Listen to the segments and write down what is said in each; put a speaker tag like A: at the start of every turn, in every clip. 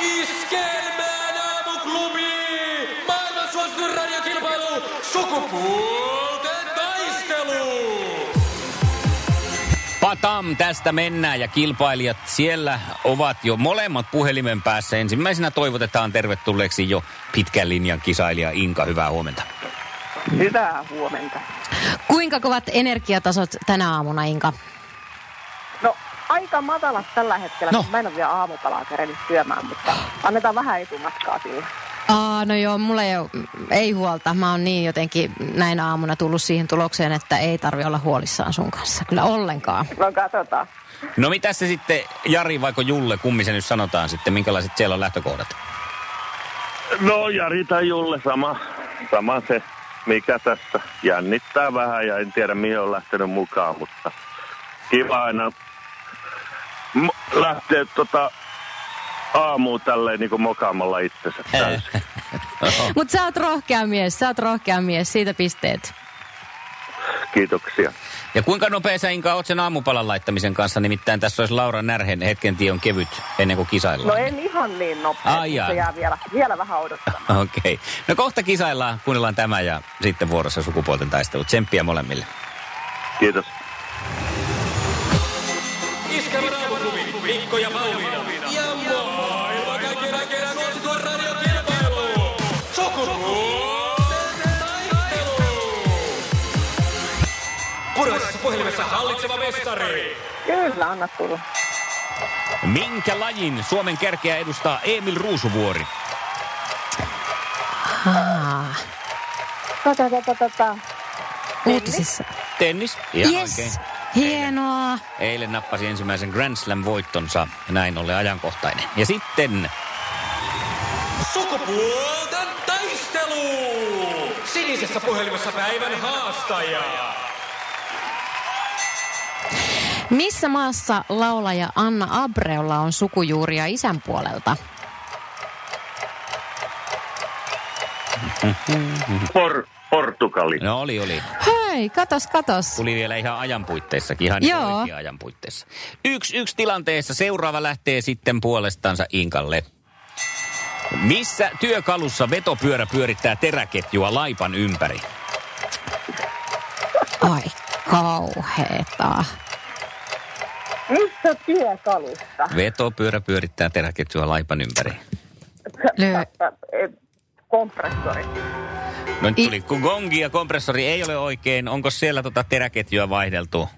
A: Iskelmään aamuklubi! Maailman suosituin radiokilpailu! Sukupuolten taistelu!
B: Patam, tästä mennään ja kilpailijat siellä ovat jo molemmat puhelimen päässä. Ensimmäisenä toivotetaan tervetulleeksi jo pitkän linjan kisailija Inka. Hyvää huomenta.
C: Hyvää huomenta.
D: Kuinka kovat energiatasot tänä aamuna, Inka?
C: No, aika matalat tällä hetkellä,
B: No.
C: no. mä en ole vielä aamupalaa kerennyt syömään, mutta annetaan vähän etumatkaa sillä.
D: Aa, no joo, mulla ei, oo- ei huolta. Mä oon niin jotenkin näin aamuna tullut siihen tulokseen, että ei tarvi olla huolissaan sun kanssa. Kyllä ollenkaan.
C: No katsotaan.
B: No mitä se sitten, Jari vaiko Julle, kummi se nyt sanotaan sitten, minkälaiset siellä on lähtökohdat?
E: No Jari tai Julle sama, sama se, mikä tässä jännittää vähän ja en tiedä mihin on lähtenyt mukaan, mutta kiva aina m- lähteä tota aamu tälleen niin kuin mokaamalla itsensä
B: Eh.
E: täysin.
D: Mutta sä oot rohkea mies, sä oot rohkea mies, siitä pisteet.
E: Kiitoksia.
B: Ja kuinka nopea sä Inka oot sen aamupalan laittamisen kanssa? Nimittäin tässä olisi Laura Närhen hetken tion kevyt ennen kuin
C: No
B: kisaillaan.
C: en ihan niin
B: Ai
C: nopeasti,
B: jaa.
C: se jää vielä, vielä vähän odottaa.
B: Okei. Okay. No kohta kisaillaan, kuunnellaan tämä ja sitten vuorossa sukupuolten taistelu. Tsemppiä molemmille.
E: Kiitos.
A: Iskelmän aamuklubi, Mikko ja Pauliina. Ja maailman kaikkien aikeen suosituin radiokilpailu! Sukupuolten taistelu! Puraisessa puhelimessa hallitseva mestari.
C: Kyllä, anna tulla.
B: Minkä lajin Suomen kärkeä edustaa Emil Ruusuvuori?
D: Aa,
C: Tota, tota, tota.
D: uutisissa.
B: Tennis. Ihan oikein.
D: yes, hienoa.
B: Eilen nappasi ensimmäisen Grand Slam-voittonsa ja näin ollen ajankohtainen. Ja sitten
A: Sukupuolten taistelu! Sinisessä puhelimessa päivän haastaja.
D: Missä maassa laulaja Anna Abreolla on sukujuuria isän puolelta?
E: Por, Portugali. No.
B: No oli, oli.
D: Hei, katos, katos.
B: Tuli vielä ihan ajan puitteissakin, ihan
D: Joo.
B: oikean ajan puitteissa. Yksi yksi tilanteessa, seuraava lähtee sitten puolestansa Inkalle. Missä työkalussa vetopyörä pyörittää teräketjua laipan ympäri?
D: Ai kauheeta.
C: Missä työkalussa?
B: Vetopyörä pyörittää teräketjua laipan ympäri.
D: Lyö,
C: Ä, e, Kompressori.
B: No nyt
D: I-
B: tuli, kun gongi ja kompressori ei ole oikein, onko siellä tota teräketjua vaihdeltu,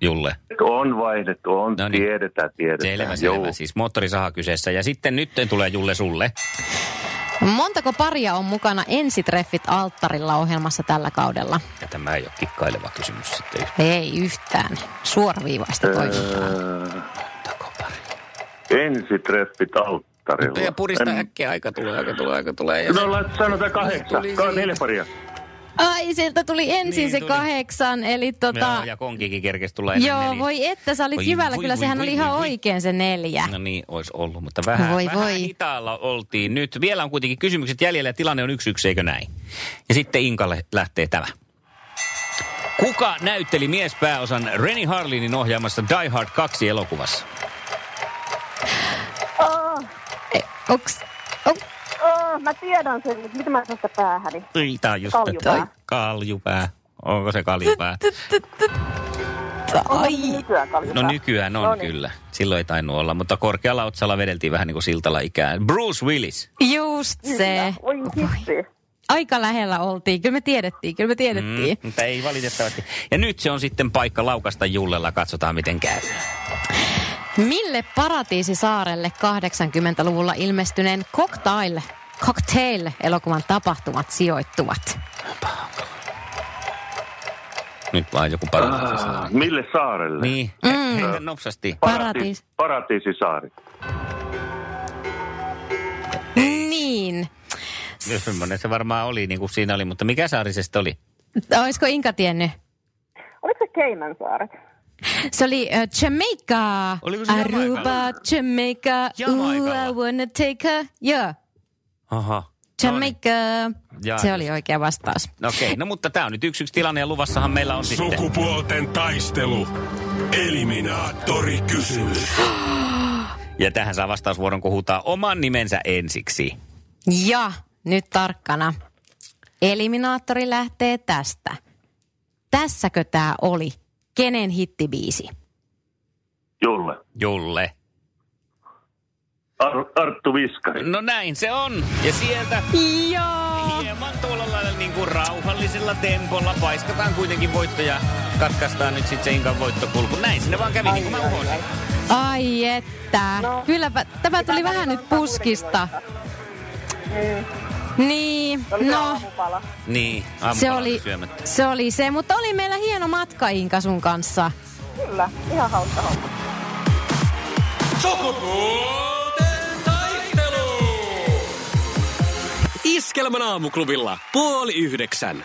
B: Julle?
E: On vaihdettu, on
B: No
E: no
B: niin.
E: niin. tiedetään, tiedetään.
B: Selvä,
E: Juu.
B: selvä. Siis moottorisaha kyseessä. Ja sitten nyt tulee Julle sulle.
D: Montako paria on mukana ensitreffit alttarilla ohjelmassa tällä kaudella?
B: Ja tämä ei ole kikkaileva kysymys sitten yhtä.
D: Ei yhtään. Suoraviivaista toimintaa.
E: Öö,
B: Montako pari?
E: ensitreffit alttarilla.
B: Ja purista
E: En-
B: äkkiä, aika tulee, aika tulee, aika tulee. Ja
E: No lait- sanotaan kahdeksan,
B: Tuli
E: Ka-
B: siitä.
E: neljä paria.
D: Ai, sieltä tuli ensin
B: Niin
D: se
B: tuli.
D: kahdeksan, eli tota...
B: Joo, ja konkikin kerkesi tulla ennen
D: Joo,
B: neljä.
D: voi että, sä olit
B: Voi,
D: hyvällä.
B: voi,
D: Kyllä
B: voi,
D: sehän
B: voi,
D: oli
B: voi,
D: ihan
B: voi.
D: oikein se neljä.
B: No niin, olisi ollut, mutta vähän,
D: Voi,
B: vähän
D: voi.
B: hitaalla oltiin nyt. Vielä on kuitenkin kysymykset jäljellä ja tilanne on yksi yksi, eikö näin? Ja sitten Inkalle lähtee tämä. Kuka näytteli miespääosan Renny Harlinin ohjaamassa Die Hard 2 elokuvassa?
C: Oh,
D: E, Onks... On,
C: oh, mä tiedän sen, mutta mitä mä saan sitä päähäni?
B: Ei, tää on just
C: Kaljupää.
B: tätä. Kaljupää. Onko se kaljupää?
D: ai,
C: Nykyään
B: No nykyään on
C: Noniin.
B: kyllä. Silloin ei tainnut olla, mutta korkealla otsalla vedeltiin vähän niin kuin siltalla ikään. Bruce Willis.
D: just se.
C: Voi hitsi.
D: Aika lähellä oltiin. Kyllä me tiedettiin, kyllä me tiedettiin.
B: Mutta ei valitettavasti. Ja nyt se on sitten paikka laukasta Jullella. Katsotaan miten käy. Mm.
D: Mille paratiisisaarelle 80-luvulla ilmestyneen Cocktail, Cocktail-elokuvan tapahtumat sijoittuvat?
B: Nyt vaan joku paratiisi saari.
E: Mille saarelle?
B: Ah. Niin, mm. heitä nopsasti.
D: Paratiis.
E: Paratiisisaari.
D: Niin.
B: Semmoinen se varmaan oli, niin kuin siinä oli. Mutta mikä saari se sitten oli?
D: Olisiko Inka tiennyt?
C: Oliko se Caymansaaret?
D: Se oli uh, Jamaica.
B: Oliko se
D: Aruba,
B: Jamaikalla?
D: Jamaica. Ooh,
B: Jamaikalla.
D: I wanna take her. Joo,
B: Aha.
D: Jamaica.
B: Jaa,
D: Se oli oikea vastaus.
B: No Okei, no mutta tämä on nyt yksi yksi tilanne ja luvassahan meillä on sitten.
F: Sukupuolten taistelu. Eliminaattori kysymys.
B: Ja tähän saa vastausvuoron, kun huutaa oman nimensä ensiksi.
D: Ja nyt tarkkana. Eliminaattori lähtee tästä. Tässäkö tämä oli? Kenen hittibiisi?
E: Julle.
B: Julle.
E: Ar- Arttu Viskari.
B: No näin se on. Ja sieltä
D: Joo!
B: hieman tuolla lailla niin kuin rauhallisella tempolla paiskataan kuitenkin voittoja. Katkaistaan nyt sitten se Inkan voittokulku. Näin sinne vaan kävi, niin kuin mä uhosin.
D: Ai että.
C: No.
D: Kylläpä tämä tuli
C: Tämä
D: vähän
C: on
D: nyt puskista.
C: Niin,
D: Niin,
C: se oli no.
D: no.
C: aamupala.
B: Niin,
D: Se
B: aamupala
D: oli,
B: syömättä.
D: se oli se, mutta oli meillä hieno matka Inka sun kanssa.
C: Kyllä, ihan hauska homma.
A: Sukupuolten taistelu! Iskelmän aamuklubilla puoli yhdeksän.